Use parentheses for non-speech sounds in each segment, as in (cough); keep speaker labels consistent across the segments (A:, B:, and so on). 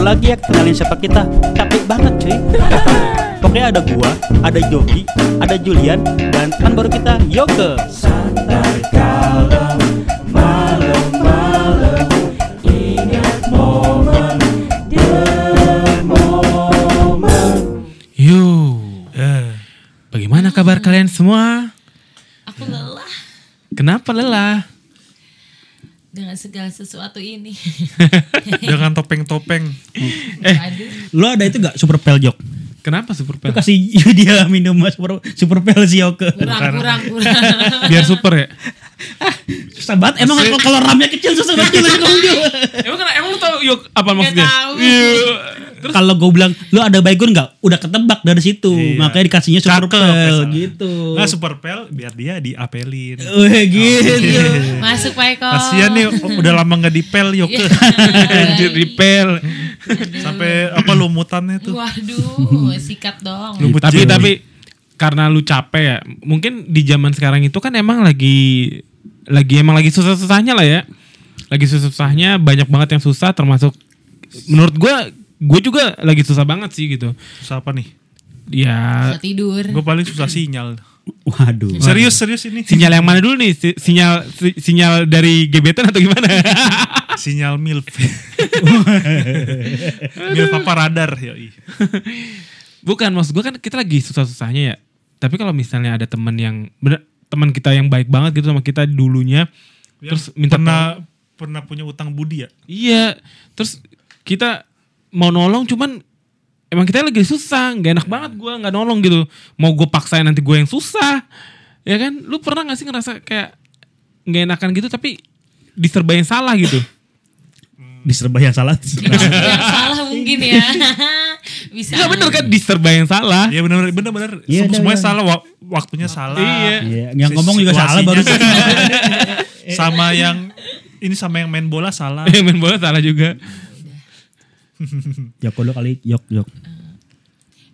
A: lagi ya kenalin siapa kita Capek banget
B: (laughs)
A: cuy Pokoknya ada gua, ada Yogi, ada Julian Dan teman baru kita Yoke
C: Yo, Ya. bagaimana kabar kalian semua?
D: Aku
C: Ya.
D: lelah
C: Kenapa (laughs) lelah?
D: dengan segala sesuatu
C: (laughs)
D: ini.
B: Dengan topeng-topeng.
D: Aduh,
A: Lo ada itu gak super pel Jok?
C: Kenapa super pel?
A: Kasih dia minum super, super pel si Yoke
D: kurang, kurang, kurang.
C: Biar super ya?
A: Susah banget emang kalau, kalau ramnya kecil susah banget Jul,
B: (laughs)
A: kamu, Jul.
C: emang kenapa? Emang lu tau yuk apa
D: Gak
C: maksudnya? Iya,
D: tahu.
A: Kalau gue bilang lo ada baygon gak? Udah ketebak dari situ Makanya dikasihnya super
B: Iya. Cakep,
A: pel
B: ya,
A: gitu Eh.
B: Nah, Oh, super pel biar dia diapelin.
A: Weh gitu
B: iya.
C: Iya.
D: Masuk Iya. Pak Eko.
B: Kasian nih oh, udah lama nggak dipel yuk.
A: Iya.
C: Anjir dipel.
B: Sampai apa lumutannya tuh.
D: Waduh, sikat dong.
B: Lumut
C: Tapi
B: jeli.
C: tapi karena lu capek ya. Mungkin di zaman sekarang itu kan emang lagi lagi emang lagi susah-susahnya lah ya. Lagi susah-susahnya banyak banget yang susah termasuk menurut gua gue juga lagi susah banget sih gitu.
B: susah apa nih?
C: Ya
D: Susah tidur.
B: Gue paling susah sinyal.
A: Waduh
B: Serius serius ini.
C: sinyal yang mana dulu nih? Si- Sinyal si- sinyal dari gebetan atau gimana?
B: Sinyal
A: (laughs)
B: milf. milf apa radar yoi.
C: (laughs) Bukan maksud gue kan kita lagi susah-susahnya ya. Tapi kalau misalnya ada teman yang bener teman kita yang baik banget gitu sama kita dulunya terus minta tolong-
B: pernah pernah punya utang budi ya?
C: Iya, terus kita mau nolong cuman emang kita lagi susah, nggak enak banget gua nggak nolong gitu. Mau gue paksain nanti gue yang susah, ya kan? Lu pernah nggak sih ngerasa kayak nggak enakan gitu tapi diserba yang salah (laughs) gitu?
A: Diserba yang salah
D: Yang salah mungkin ya.
C: (laughs)
D: Bisa.
C: Iya bener kan diserba yang salah.
B: Iya benar benar benar.
A: Iya,
B: Semua-
A: benar,
B: semuanya
A: benar.
B: salah, wa- waktunya salah.
C: Iya.
A: Iya, yang ngomong juga salah baru.
B: (laughs) Situasinya sama yang ini sama yang main bola
A: (laughs)
B: salah.
C: Yang (laughs) main bola salah juga.
A: Joko lo kali yok yok.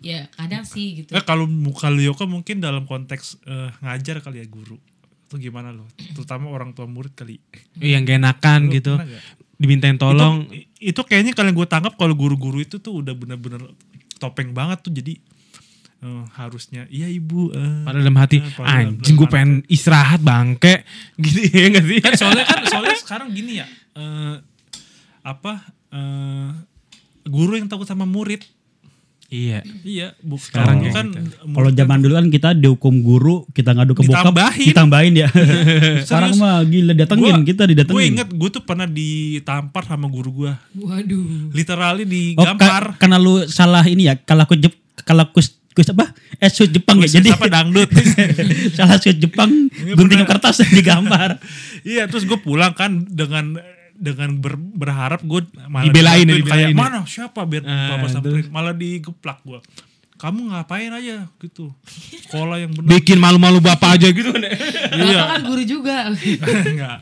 D: Ya, kadang sih gitu.
B: Eh kalau muka Lyoka mungkin dalam konteks eh, ngajar kali ya guru. Itu gimana loh? Terutama orang tua murid kali.
C: Iya, Yang gak enakan
B: Lu
C: gitu.
B: pernah nggak?
C: Dimintain tolong.
B: I- Itu kayaknya kalian gue tangkap kalau guru-guru itu tuh udah bener-bener topeng banget tuh jadi eh, harusnya iya ibu eh."
C: Padahal dalam hati,
B: Eh, padahal dalam
C: anjing gue
B: hati.
C: pengen istirahat bangke. (laughs) Gitu ya gak sih? (laughs)
B: kan soalnya kan soalnya sekarang gini ya eh, apa eh, guru yang takut sama murid
C: iya.
B: iya bu
C: Sekarang
B: kalau
C: kayak
B: kan
C: gitu.
B: murid
A: ya. Kalau zaman dulu kan kita dihukum guru, kita ngadu ke bokap,
B: Ditambahin.
A: ditambahin
C: (laughs)
A: ya. Sekarang mah gila datengin, kita didatengin.
B: gue inget gue tuh pernah ditampar sama guru gue
D: Waduh.
B: literally
A: Oh, ka-
B: digampar
A: karena lu salah ini ya, kalau aku Jep, kalau kuis kuis apa? Eh shoot Jepang
C: Iya,
A: ya. Jadi
B: apa
C: (laughs)
B: dangdut
A: (laughs) salah shoot Jepang, gunting kertas digambar.
B: iya terus gue pulang kan dengan dengan ber- berharap gue malah
C: Dibelain ya,
B: dibantuin, kayak
C: dibelain ya.
B: mana siapa biar
C: Ah,
B: bapak samperin malah digeplak gue kamu ngapain aja gitu sekolah yang benar
C: (laughs) Bikin malu-malu bapak aja gitu kan.
D: Bapak kan guru juga.
B: (laughs) Enggak.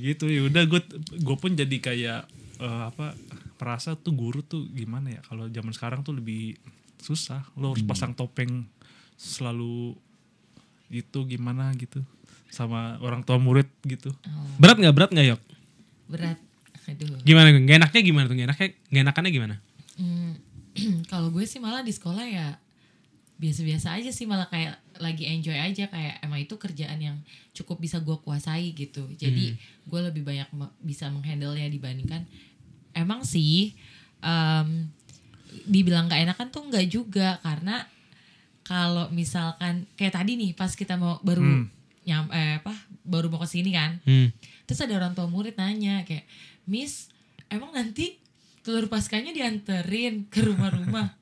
B: gitu ya udah gue gue pun jadi kayak eh, apa merasa tuh guru tuh gimana ya kalau zaman sekarang tuh lebih susah lo
C: Hmm.
B: harus pasang topeng selalu itu gimana gitu sama orang tua murid gitu
C: Berat nggak berat nggak yok?
D: Berat.
C: Oh.
D: Aduh.
C: Gimana? Gak enaknya gimana tuh? Gak enaknya, gak enakannya gimana?
D: Hmm, (clears throat) kalau gue sih malah di sekolah ya biasa-biasa aja sih malah kayak lagi enjoy aja kayak emang itu kerjaan yang cukup bisa gue kuasai gitu jadi gue lebih banyak me- bisa menghandle nya dibandingkan emang sih em, dibilang gak enakan tuh nggak juga karena kalau misalkan kayak tadi nih pas kita mau baru nyam eh, apa baru mau kesini kan
C: (laughs) Hmm.
D: Terus ada orang tua murid nanya kayak, Miss, emang nanti telur paskanya dianterin ke rumah-rumah?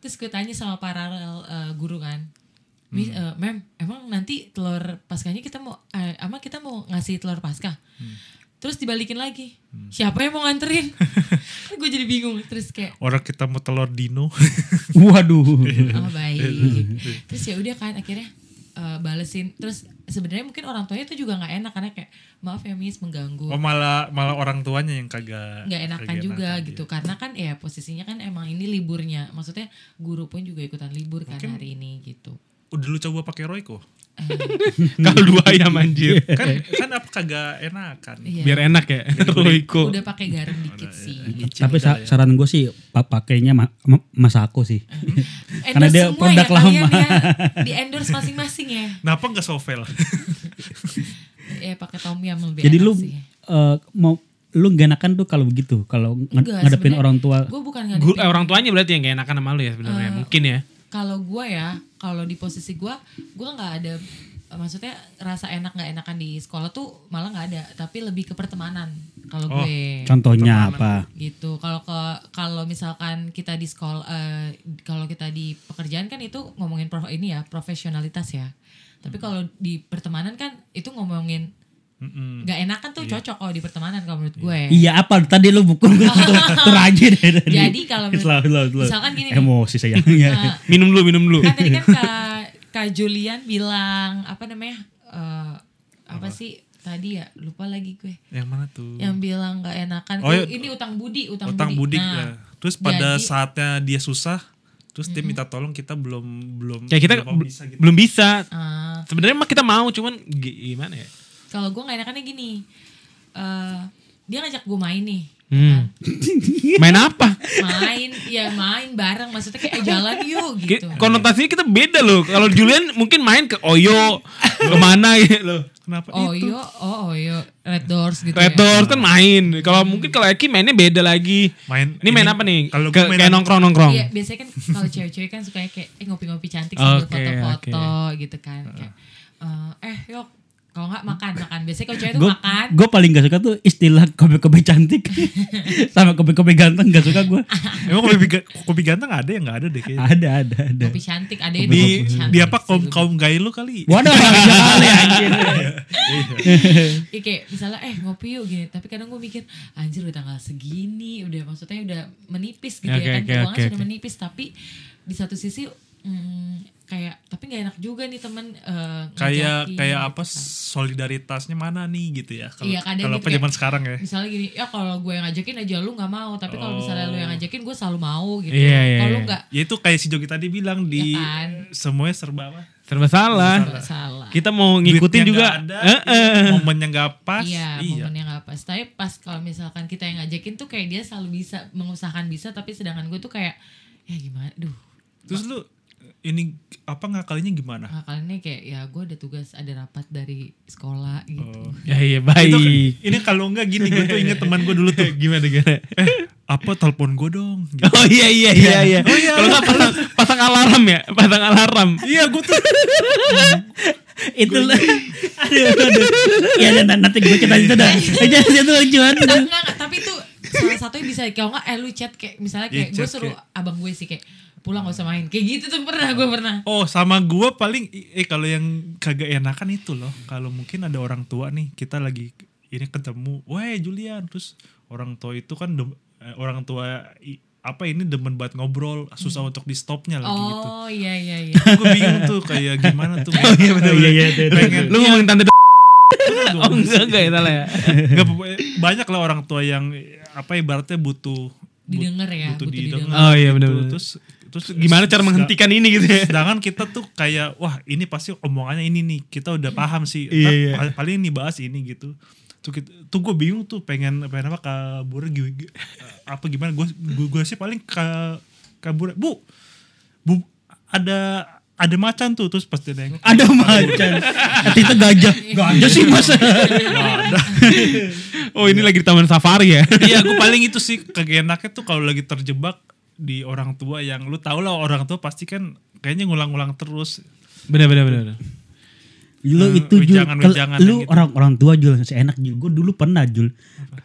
D: Terus gue tanya sama paralel eh, guru kan, Miss, eh, Mem, emang nanti telur paskanya kita mau, eh, ama kita mau ngasih telur paskah? Terus dibalikin lagi, siapa yang mau nganterin? Kan gue jadi bingung, terus kayak,
B: orang kita mau
D: (laughs)
B: telur dino
A: Waduh.
D: oh baik terus ya udah kan akhirnya eh, balesin terus sebenarnya mungkin orang tuanya itu juga nggak enak karena kayak maaf ya miss mengganggu
B: oh malah malah orang tuanya yang kagak
D: nggak enakan
B: kagak
D: juga
B: enakan,
D: gitu
B: iya.
D: karena kan ya posisinya kan emang ini liburnya maksudnya guru pun juga ikutan libur kan
B: Mungkin-
D: hari ini gitu
B: udah lu coba pakai Royco
C: Kaldu ayam anjir.
B: kan kan apa kagak enakan
D: Iya.
C: Biar enak ya. (laughs) Royco.
D: Udah pakai garam dikit
B: Iya.
D: sih.
B: Licin
A: Tapi sa-
B: udah ya.
A: saran gue sih pa- pakainya ma- ma- Masako
D: (laughs)
A: sih. Karena
D: Endorse
A: dia
D: semua
A: produk
D: ya, kalian
A: lama.
D: ya. Di endorse masing-masing ya.
B: kenapa nggak
D: (laughs)
B: sovel
D: Ya pakai tom yum lebih
A: (laughs) Jadi
D: enak
A: lu
D: sih.
A: eh, mau lu gak enakan tuh kalau begitu kalau nge-
D: Enggak,
A: ngadepin
D: sebenarnya
A: orang tua
D: Gue bukan
C: Gu-
D: ngadepin.
C: eh, orang tuanya berarti yang gak enakan sama lu ya
D: Oh.
C: sebenarnya. Mungkin ya.
D: Kalau gue ya, kalau di posisi gue, gue nggak ada eh, maksudnya rasa enak nggak enakan di sekolah tuh malah nggak ada tapi lebih ke pertemanan kalau
B: Oh,
D: gue
A: contohnya apa
D: gitu kalau ke kalau misalkan kita di sekolah eh, kalau kita di pekerjaan kan itu ngomongin prof ini ya profesionalitas ya tapi
B: Hmm.
D: kalau di pertemanan kan itu ngomongin
B: Mm-mm. Iya.
D: nggak enakan tuh cocok kalau di pertemanan kalau menurut gue
A: iya apa tadi lu buku
D: (laughs)
A: gua tuh terajin ya tadi.
D: jadi kalau menurut
A: Selalu, selalu, selalu.
D: misalkan gini nih,
A: emosi Iya. sayangnya
D: eh,
C: Minum dulu, minum dulu.
D: kan tadi kan kak kak Julian bilang apa namanya eh, apa sih tadi ya lupa lagi gue
B: yang mana tuh
D: yang bilang nggak enakan
B: Hmm. Oh, iya.
D: ini utang budi utang,
B: utang budik
D: Nah,
B: ya. terus
D: jadi-
B: pada saatnya dia susah terus dia minta tolong kita belum belum
C: Kayak kita
B: belum
C: bel-
B: bisa gitu
C: belum bisa.
D: eh,
C: Sebenarnya mah kita mau cuman gi- gimana ya?
D: kalau gue nggak enakannya gini eh dia ngajak gue main nih
C: Hmm. Main apa?
B: (laughs)
D: main ya main bareng maksudnya kayak eh, jalan yuk
C: Ki-
D: gitu
C: Konotasinya kita beda loh. Kalau Julian mungkin main ke Oyo, kemana gitu loh.
B: kenapa
D: oh
B: itu
D: yo oh oh yo red doors gitu
C: Red
D: ya.
C: Doors kan main. Kalau mungkin kalau Eki mainnya beda lagi.
B: Main-
C: Ini main
B: ini-
C: apa nih?
B: kalau
C: Ke-
B: gua main-
C: kayak nongkrong nongkrong.
D: Iya, biasanya kan kalau cewek-cewek kan sukanya kayak eh, ngopi-ngopi cantik
C: Oke,
D: sambil foto-foto gitu kan kayak eh, eh yuk kalau nggak makan makan biasanya kalau cewek itu
A: gue
D: makan
A: gue paling gak suka tuh istilah kobe-kobe
D: (laughs)
A: cantik sama kobe-kobe ganteng gak suka gue
B: emang kopi ga- kopi ganteng ada yang nggak ada deh kayaknya
A: ada ada ada
D: ngopi cantik ada itu
B: (laughs) di
D: ngopi
B: di
D: cantik
B: apa kaum
D: sih.
B: kaum gay lu kali
A: waduh sekali anjir
D: Iya, kayak misalnya eh ngopi yuk gini tapi kadang gue mikir anjir udah tanggal segini udah maksudnya udah menipis gitu
C: Oke,
D: ya kan
C: oke,
D: keuangan
C: oke,
D: sudah
C: oke.
D: menipis tapi di satu sisi hmm, kayak tapi nggak enak juga nih temen eh,
B: kayak
D: ngajakin
B: kayak
D: gitu
B: apa
D: kan.
B: solidaritasnya mana nih gitu ya kalau
D: Iya, kadang
B: kalau
D: gitu
B: apa
D: ya.
B: zaman sekarang ya
D: misalnya gini ya kalau gue yang ngajakin aja lu nggak mau tapi kalau misalnya lu yang ngajakin gue selalu mau gitu
C: Oh. Iya, iya,
D: kalau lu
C: iya.
D: nggak
B: ya itu kayak si Jogi tadi bilang di
D: Ya kan?
B: semuanya serba apa
C: Serba salah.
D: nggak salah
C: Kita mau ngikutin
B: Duitnya
C: juga.
B: nggak ada,
C: Eh, eh.
B: iya, momennya nggak pas
D: Iya, momennya nggak pas. Tapi pas kalau misalkan kita yang ngajakin tuh kayak dia selalu bisa mengusahakan bisa, tapi sedangkan gue tuh kayak ya gimana, duh
B: terus lu ini apa ngakalinya gimana
D: ngakalinnya kayak ya gue ada tugas ada rapat dari sekolah
B: Oh.
D: gitu.
C: Ya iya
B: Itu kan-
C: baik.
B: ini kalau enggak gini gue tuh inget teman gue dulu tuh
C: (laughs) Gimana gimana?
B: eh apa telepon gue dong gitu.
C: Oh iya iya iya
A: (laughs)
C: iya.
A: Oh,
C: Kalau nggak pasang, pasang alarm ya, pasang alarm.
B: iya gue tuh
A: itu lah. aduh aduh ya dan nanti gue cerita itu
D: (laughs)
A: dah aja itu lucu banget
D: Tapi enggak, enggak, tapi itu salah satunya bisa kalau nggak eh lu chat kayak misalnya kayak
B: Iya,
D: gue
B: chat
D: suruh
B: kayak-
D: abang gue sih kayak pulang gak usah main kayak gitu tuh pernah gue pernah
B: oh sama gue paling eh kalau yang kagak enakan itu loh kalau mungkin ada orang tua nih kita lagi ini ketemu weh Julian terus orang tua itu kan dem- eh, orang tua i- apa ini demen banget ngobrol susah untuk di stopnya lagi gitu
D: oh iya iya iya
B: gue bingung tuh kayak gimana tuh
A: iya, bener, iya, iya, iya,
B: pengen
C: Lu ngomongin tante d- Oh enggak enggak ya salah ya.
B: Nggak, pokoknya banyak lah orang tua yang apa ibaratnya butuh but-
D: Didengar ya,
B: butuh,
D: butuh
B: didengar. gitu.
D: didengar.
C: Oh, iya, benar-benar.
B: Terus terus
C: Gimana cara menghentikan ini gitu ya?
B: Sedangkan kita tuh kayak wah ini pasti omongannya ini nih kita udah paham sih.
C: Iya,
B: Ntar
C: iya.
B: pal- Paling ini bahas ini gitu. Tuh, kita- tuh gue bingung tuh pengen pengen apa kabur gi- gi- apa gimana gue gue sih paling ka, kabur bu bu ada ada macan tuh terus pas dia nengok
A: ada macan itu gajah
D: Iya.
A: gajah sih mas
D: (laughs)
C: Oh ini lagi di taman safari ya.
B: Iya, gue paling itu sih kegenaknya tuh kalau lagi terjebak di orang tua yang lu tau lah orang tua pasti kan kayaknya ngulang-ngulang terus.
C: Bener bener bener. bener.
A: lu
B: Eh,
A: itu Jul
B: wejangan-
A: Kel-
B: wejangan
A: lu
B: yang gitu.
A: orang orang tua Jul seenak Jul gue dulu pernah Jul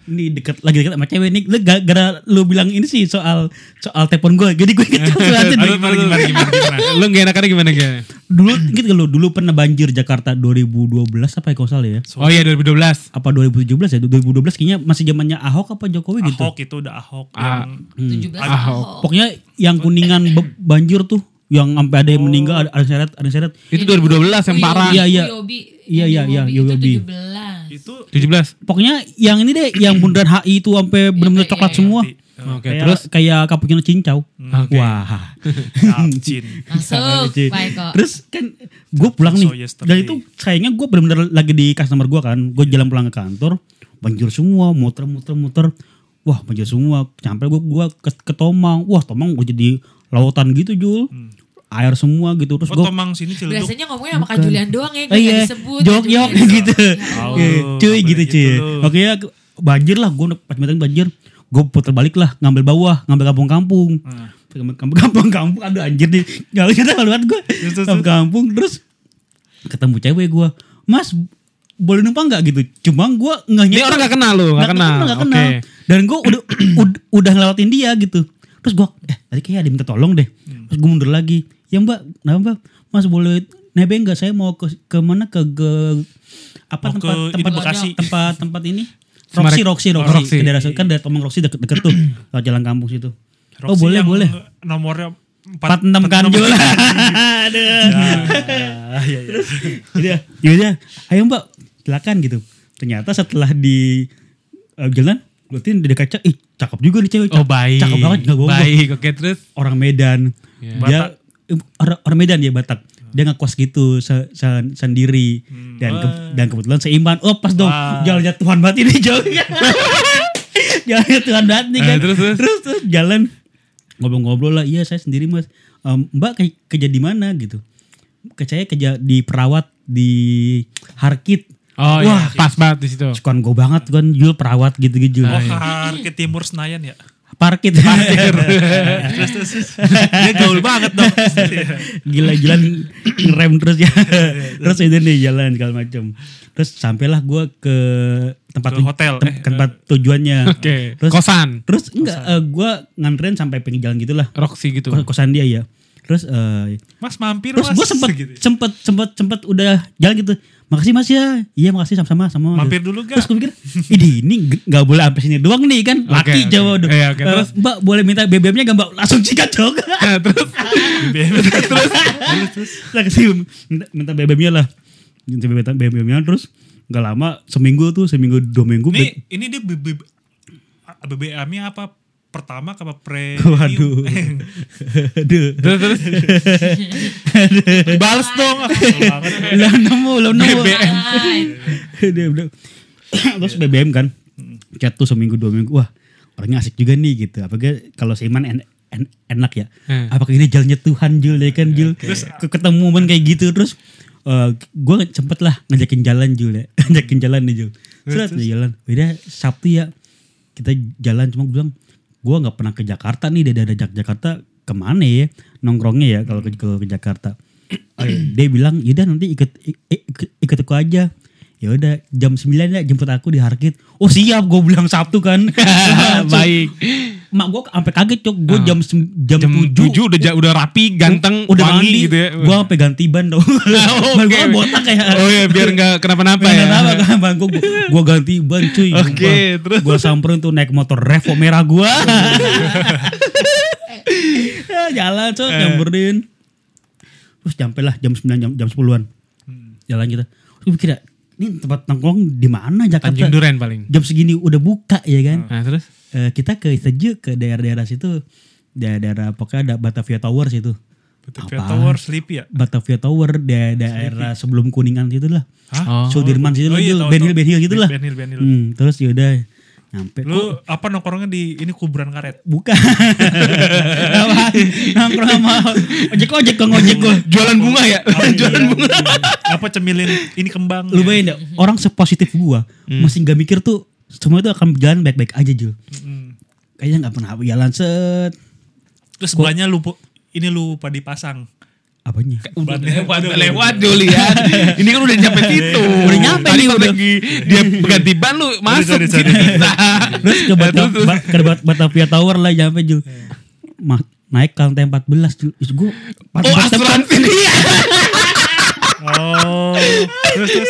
A: ini deket lagi deket sama cewek nih lu gara, gara lu bilang ini sih soal soal telepon gue jadi gue
B: (laughs)
A: inget banget.
B: Aduh, gimana, gimana, gimana, gimana.
C: Lu gak enakannya gimana gimana?
A: dulu inget gak lu dulu pernah banjir Jakarta 2012 apa ya kalau salah ya
C: Oh iya 2012.
A: apa 2017 ya 2012 kayaknya masih zamannya Ahok apa Jokowi gitu
B: Ahok itu udah Ahok
C: Ah.
B: yang
A: Hmm.
D: 17 tahun
A: pokoknya yang kuningan be- banjir tuh yang sampai ada yang meninggal ada ada yang seret ada yang seret
C: Itu 2012 yang parah.
A: Iya, iya. Iya,
D: iya
A: iya,
D: iya
A: iya,
D: iya
A: Yoyobi.
D: itu 17
B: itu
C: 17.
B: (clears throat)
A: pokoknya yang ini deh yang bundaran HI itu sampai benar-benar
D: iya,
A: coklat
D: iya.
A: semua
B: Ngerti.
C: Oke,
A: kayak,
C: terus
A: kayak cappuccino cincau.
C: Oke.
A: Wah. (laughs)
B: Capcin.
D: Masuk,
A: Ci.
D: baik kok.
A: Terus kan gue pulang
B: So
A: nih.
B: yesterday.
A: Dan itu sayangnya gue bener-bener lagi di customer gue kan. Gue jalan pulang ke kantor. Banjir semua. Muter, muter, muter. Wah banjir semua. Sampai gue gua ke, ke Tomang. Wah Tomang gue jadi lautan gitu Jul. Air semua gitu. Terus
B: Oh,
A: gue
B: Tomang sini Ciledug.
D: Biasanya ngomongnya sama Kak Julian doang ya, gue
A: Oh
D: nggak
A: iya,
D: disebut.
A: jok-jok
D: Kak Julian.
A: (laughs) gitu.
B: Oh,
A: Iya, cuy
B: kabarnya
A: gitu
B: gitu
A: cuy.
B: loh.
A: Oke ya, banjir lah. Gue pas meeting banjir, gue putar balik lah, ngambil bawah, ngambil kampung-kampung.
C: Hmm.
A: Kampung- (laughs) Kampung-kampung, aduh anjir nih. Gak lucu dah banget gue.
B: terus.
A: Kampung-kampung, terus ketemu cewek gue. Mas, boleh numpang gak gitu? Cuma gue gak
C: Dia orang gak kenal lu, gak kenal.
A: Gak
C: Oke.
A: kenal. Dan gue udah, (clears throat) ud- udah ngelewatin dia gitu. Terus gue, eh tadi kayak ada yang minta tolong deh. Terus gue mundur lagi. Ya mbak, kenapa mbak? Mas boleh nebeng nggak? Saya mau ke, ke mana? Ke, ke- apa
B: Mau
A: tempat,
B: ke ini
A: tempat
B: Bekasi.
A: tempat tempat ini?
C: Semarang.
A: Roxy, Roxy, Roxy.
C: Oh, Roxy.
A: Ke daerah kan daerah Tomang Roxy deket, deket tuh. Lewat jalan kampung situ. oh
B: Roxy
A: boleh,
B: yang
A: boleh.
B: Nomornya empat-
A: 46 kan Jul. (laughs)
B: Ah, iya, iya.
A: Ya,
C: ya.
A: Iya, iya. Ayo Mbak, silakan gitu. Ternyata setelah di eh, jalan, gue di dekat cewek, ih cakep juga nih cewek.
C: Oh baik.
A: Cakep banget, gak bohong.
C: Baik, oke terus.
A: Orang Medan.
C: Iya.
A: Dia, orang, orang Medan dia Batak. Dia ngekos gitu se- se- sendiri
C: Hmm.
A: dan ke- dan kebetulan seiman. Oh pas dong,
B: Wah.
A: jalannya Tuhan banget ini jauh. (laughs) jalannya Tuhan banget nih
C: Eh,
A: kan.
C: terus, terus.
A: terus terus jalan ngobrol-ngobrol lah. Iya saya sendiri mas. Em, Mbak ke- kerja di mana gitu? Ke saya kerja di perawat di Harkit.
C: Oh iya,
A: Wah,
C: pas banget di situ.
A: Sukaan gue banget kan Jul perawat gitu-gitu.
C: Nah,
B: Oh,
C: iya.
B: har
A: Iya.
B: ke timur Senayan
A: (laughs)
B: ya.
A: Parkit. (laughs)
B: Terus terus. terus. Dia gaul banget dong. Iya.
A: gila-gilaan ngerem terus
C: Iya,
A: ya terus itu nih jalan segala macam terus sampailah gue ke tempat
B: Ke hotel,
A: tem-
B: eh.
A: tempat tujuannya
C: Oke,
A: terus
C: kosan.
A: terus enggak gue nganterin sampai pinggir jalan gitulah
C: Roxy gitu.
A: Ko- kosan dia ya terus eh,
B: Mas mampir
A: terus
B: mas.
A: gue sempet
C: ya?
B: Gitu.
A: sempet sempet sempet udah jalan gitu makasih mas ya iya makasih sama-sama sama
B: Mampir dulu
A: terus
B: gak?
A: gue mikir ini ini g- nggak boleh sampai sini doang nih kan laki
C: oke.
A: jawab dong.
C: Iya, oke,
A: Eh,
C: terus?
A: mbak boleh minta BBM-nya gak mbak langsung sikat dong
C: (laughs)
A: (laughs)
C: Nah, terus
B: terus.
A: lah kasih minta, minta BBM-nya lah minta BBM BBM-nya terus nggak lama seminggu tuh seminggu dua minggu
B: Ini
A: be-
B: ini dia BB BBM-nya apa? Pertama apa pre? (laughs)
A: waduh (laughs) aduh
C: terus terus. Balas dong.
A: lo nemu lo nemu
C: BBM.
A: (laughs)
D: Lain.
A: Dia bilang, (clears throat) terus BBM kan chat tuh seminggu dua minggu wah orangnya asik juga nih gitu apalagi kalau seiman en- en- enak ya
C: Hmm.
A: apakah ini jalannya Tuhan Jul ya kan Jul terus ke- ketemu men kayak gitu terus gue sempet lah ngajakin jalan Jul ya (laughs) ngajakin jalan nih Jul surat nih jalan beda Sabtu ya kita jalan cuma gue bilang gue nggak pernah ke Jakarta nih dari dari Jak- Jakarta kemana ya nongkrongnya ya kalau ke, ke, ke Jakarta Oh, iya. dia bilang yaudah nanti ikut ik- ikut, ikut aku aja ya udah jam 9 ya jemput aku di Harkit oh siap gue bilang Sabtu (laughs) kan
C: (laughs) Baik.
A: mak gue sampai kaget cok gue jam sem- Ah. jam,
C: Jam
A: 7
C: 7 udah ja- udah rapi, ganteng,
A: udah
C: wangi
A: mandi
C: gitu ya. (laughs)
A: gue sampai ganti ban dong ban gue botak ya. kayak
C: Oh iya, biar nggak kenapa-napa ya.
A: Kenapa kan bang? Gue gue ganti ban cuy.
C: Oke, terus?
A: gue samperin tuh naik motor Revo merah
C: (laughs)
A: (laughs) gue. Eh, jalan cuy,
C: Eh.
A: nyamperin. Terus sampailah jam 9 jam jam 10-an.
C: Hmm.
A: Jalan kita. Terus gue kira ini tempat nongkrong di mana Jakarta?
C: Tanjung Duren paling.
A: Jam segini udah buka ya kan?
C: Nah, terus
A: Eh, kita ke sejuk ke daerah-daerah situ. Daerah-daerah pokoknya ada Batavia Towers itu.
B: Batavia Tower Sleepy ya.
A: Batavia Tower da- daerah sebelum Kuningan itu lah.
C: Hah?
A: Sudirman situ lah,
B: iya,
A: Jul.
B: tahu,
A: Ben
B: tahu.
A: Hill, Ben Hill gitu lah.
B: Ben Hill, Ben Hill.
A: Hmm, terus yaudah nyampe.
B: Lu apa nongkrongnya di ini kuburan karet?
A: (laughs) Bukan. Apa? Nongkrong sama ojek ojek kok ojek gue.
C: jualan bunga ya? jualan bunga.
B: apa cemilin ini kembang? ya?
A: Lu bayangin gak? Orang sepositif gua masih gak mikir tuh semua itu akan berjalan baik-baik aja Jul.
B: Mm.
A: Kayaknya gak pernah jalan set.
B: Terus banyak lu pu- ini lu lupa dipasang.
A: Apanya?
C: Udah lewat, udah lewat Julian. Ini kan udah nyampe situ.
A: Udah nyampe
C: Tadi
A: nih,
C: pas
A: udah.
C: lagi dia ganti ban lu masuk Nah.
B: sorry,
C: sini (laughs)
B: sorry.
C: kita.
A: Terus ke, Bata- Ba- ke Bat- Batavia Tower lah nyampe Jul. Ma- naik ke lantai 14 Jul. Terus gua
C: Oh, asuransi nih.
B: Oh. terus terus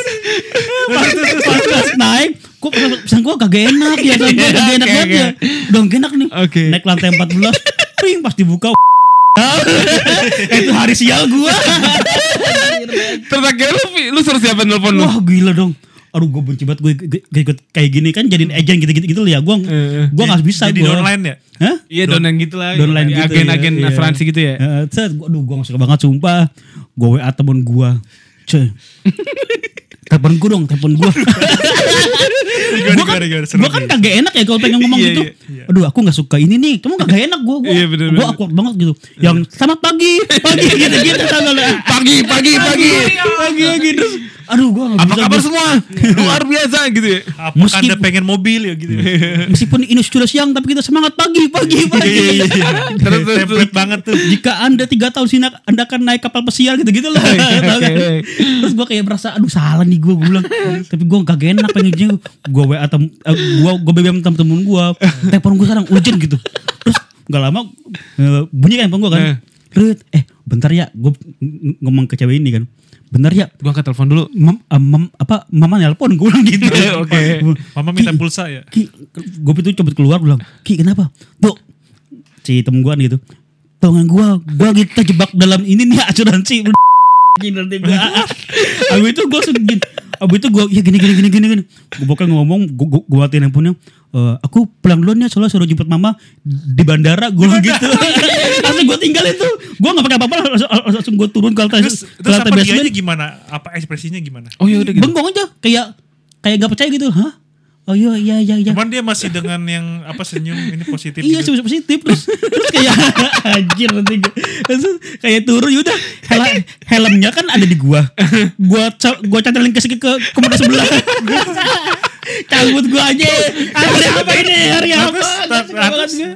A: pas, pas, pas naik gua pesan, pesan gua kagak enak ya kan gua kagak enak
C: Oke,
A: banget ya udah gak enak nih
C: Oke.
A: naik lantai 14 ping pas dibuka (laughs) itu hari sial gua
C: Terus akhirnya lu, lu suruh siapa nelfon lu?
A: wah gila dong aduh gue benci banget gue gue- gue ikut kayak gini kan jadiin agent gitu-gitu gitu loh ya gue
C: Hmm. Eh,
A: gue nggak bisa
B: Jadi
A: gue
B: online ya?
A: Hah?
C: Iya downline gitu lah.
A: Downline gitu
C: Agen-agen
A: ya, iya.
C: asuransi gitu ya.
A: Heeh, set, gua- aduh gue gak suka banget sumpah. Gue WA temen gue.
C: (laughs)
A: Cuy. telepon gue dong, telepon gue. (laughs)
B: Gimana,
A: gue kan,
B: gimana, gimana? Seru
A: gua kan
B: nih.
A: kagak enak ya kalau pengen ngomong
C: Iya,
A: gitu.
C: iya,
A: Aduh aku gak suka ini nih. Kamu kagak enak gue. Gue
C: Iya, bener,
A: gue
C: bener.
A: awkward banget gitu. Yang selamat
C: (laughs)
A: pagi. Pagi gitu, gitu-gitu. sama lah.
C: Pagi, pagi, pagi.
D: ya
A: Pagi lagi. Terus aduh gue gak
C: gitu.
A: bisa.
C: Apa
A: gitu.
C: kabar
A: gua-
C: semua? Luar biasa gitu ya.
B: Apa
A: Meski-
B: anda pengen mobil ya gitu?
A: Meskipun ini sudah siang tapi kita semangat pagi,
C: (laughs)
A: pagi, pagi.
C: Terus, terus, terus.
B: iya. Template banget tuh.
A: Jika anda tiga tahun sinak, anda akan naik kapal pesiar gitu, gitu-gitu lah. Tau kan?
C: oke.
A: Terus gue kayak merasa, aduh salah nih gue bilang. Tapi gue kagak enak pengen jeng. Gue WA tem, eh, gue gue BBM temen-temen gue. Telepon gue sekarang urgent gitu. Terus gak lama eh, bunyi kan handphone gue kan.
C: Eh.
A: Rut, eh bentar ya, gue ngomong ke cewek ini kan. Bentar ya,
C: Gua angkat telepon dulu.
A: mem, eh, mem- apa mama nelpon gue bilang
B: (laughs)
A: gitu.
C: Eh, oke.
B: Mama minta pulsa ya?
A: Ki, gue itu coba keluar bilang, Ki kenapa? Tuh, si temen gue gitu, tangan gue, gue gitu terjebak dalam ini nih asuransi. (laughs) Anjing, nanti gue, abis itu gue segin, abis itu gue ya gini gini gini gini gini, gue bukan ngomong, gue gue gue matiin handphonenya, Eh, aku pulang duluan ya soalnya suruh jemput mama di bandara gue gitu (laughs) langsung gue tinggal itu gue gak pakai apa-apa langsung, langsung gue turun ke lantai
B: Terus,
A: ke
B: terus
A: lantai
B: apa dianya
A: basement
B: gimana? Apa ekspresinya gimana?
C: Oh ya udah gitu.
A: bengong aja kayak kayak gak percaya gitu hah oh iya iya iya iya
B: Cuman dia masih dengan yang apa senyum ini positif
A: Iya
B: gitu.
A: sih positif terus terus kayak (laughs) anjir nanti gua. Terus kayak turun yaudah hel- helmnya kan ada di gua. Gua ca- gua cantelin ke segi- ke komodo
B: (laughs)
A: sebelah. Cabut gua aja. Hari apa ini? Hari
B: Nah,
A: apa?
B: terus,
A: Gak suka banget
B: terus,
A: gua.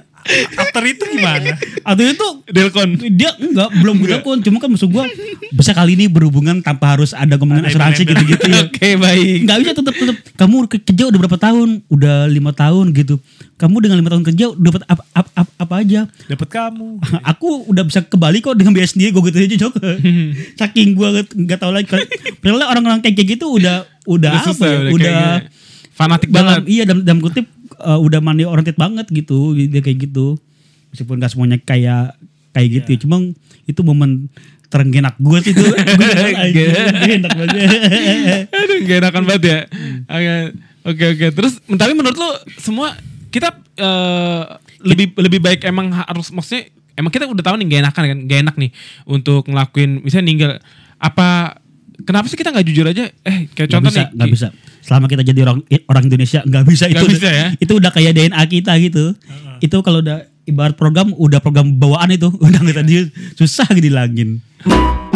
B: after itu gimana?
A: Atau itu
C: Delcon.
A: dia enggak belum gue cuma kan maksud gua bisa kali ini berhubungan tanpa harus ada ngomongan
B: Ada
A: asuransi
B: embel-embel.
A: gitu-gitu
B: (laughs)
A: ya.
C: (laughs) Oke baik.
A: Gak bisa tetap tetap kamu ke- kerja udah berapa tahun? Udah lima tahun gitu. Kamu dengan lima tahun kerja dapat apa, apa, apa, apa aja?
B: Dapat kamu.
A: aku udah bisa ke Bali kok dengan biaya sendiri gue gitu aja
C: (laughs)
A: Jok saking gue nggak tahu lagi padahal orang-orang kayak kayak gitu udah udah,
C: Udah
A: apa
C: susah,
A: ya,
C: udah
A: udah,
C: kayaknya. Fanatik
A: dalam
C: banget.
A: iya dalam, dalam kutip eh, udah money oriented banget gitu dia kayak gitu meskipun gak semuanya kayak kayak gitu
C: Iya.
A: ya. cuma itu momen terenggenak gue sih
C: (laughs)
A: tuh Gua anjing, enak (laughs) banget
C: Aduh, gak enakan banget ya. Oke, oke, oke. Terus, tapi menurut lu semua kita eh, lebih lebih baik emang harus maksudnya emang kita udah tahu nih gak enakan kan, gak enak nih untuk ngelakuin misalnya ninggal apa kenapa sih kita nggak jujur aja? Eh, kayak
A: Gak
C: contoh
A: bisa,
C: nih.
A: gak bisa. Selama kita jadi orang orang Indonesia nggak bisa
C: Nggak
A: itu. udah-
C: bisa ya?
A: Itu udah kayak DNA kita gitu. Itu (laughs) kalau udah ibarat program udah program bawaan itu udah nggak tadi susah gitu dilangin.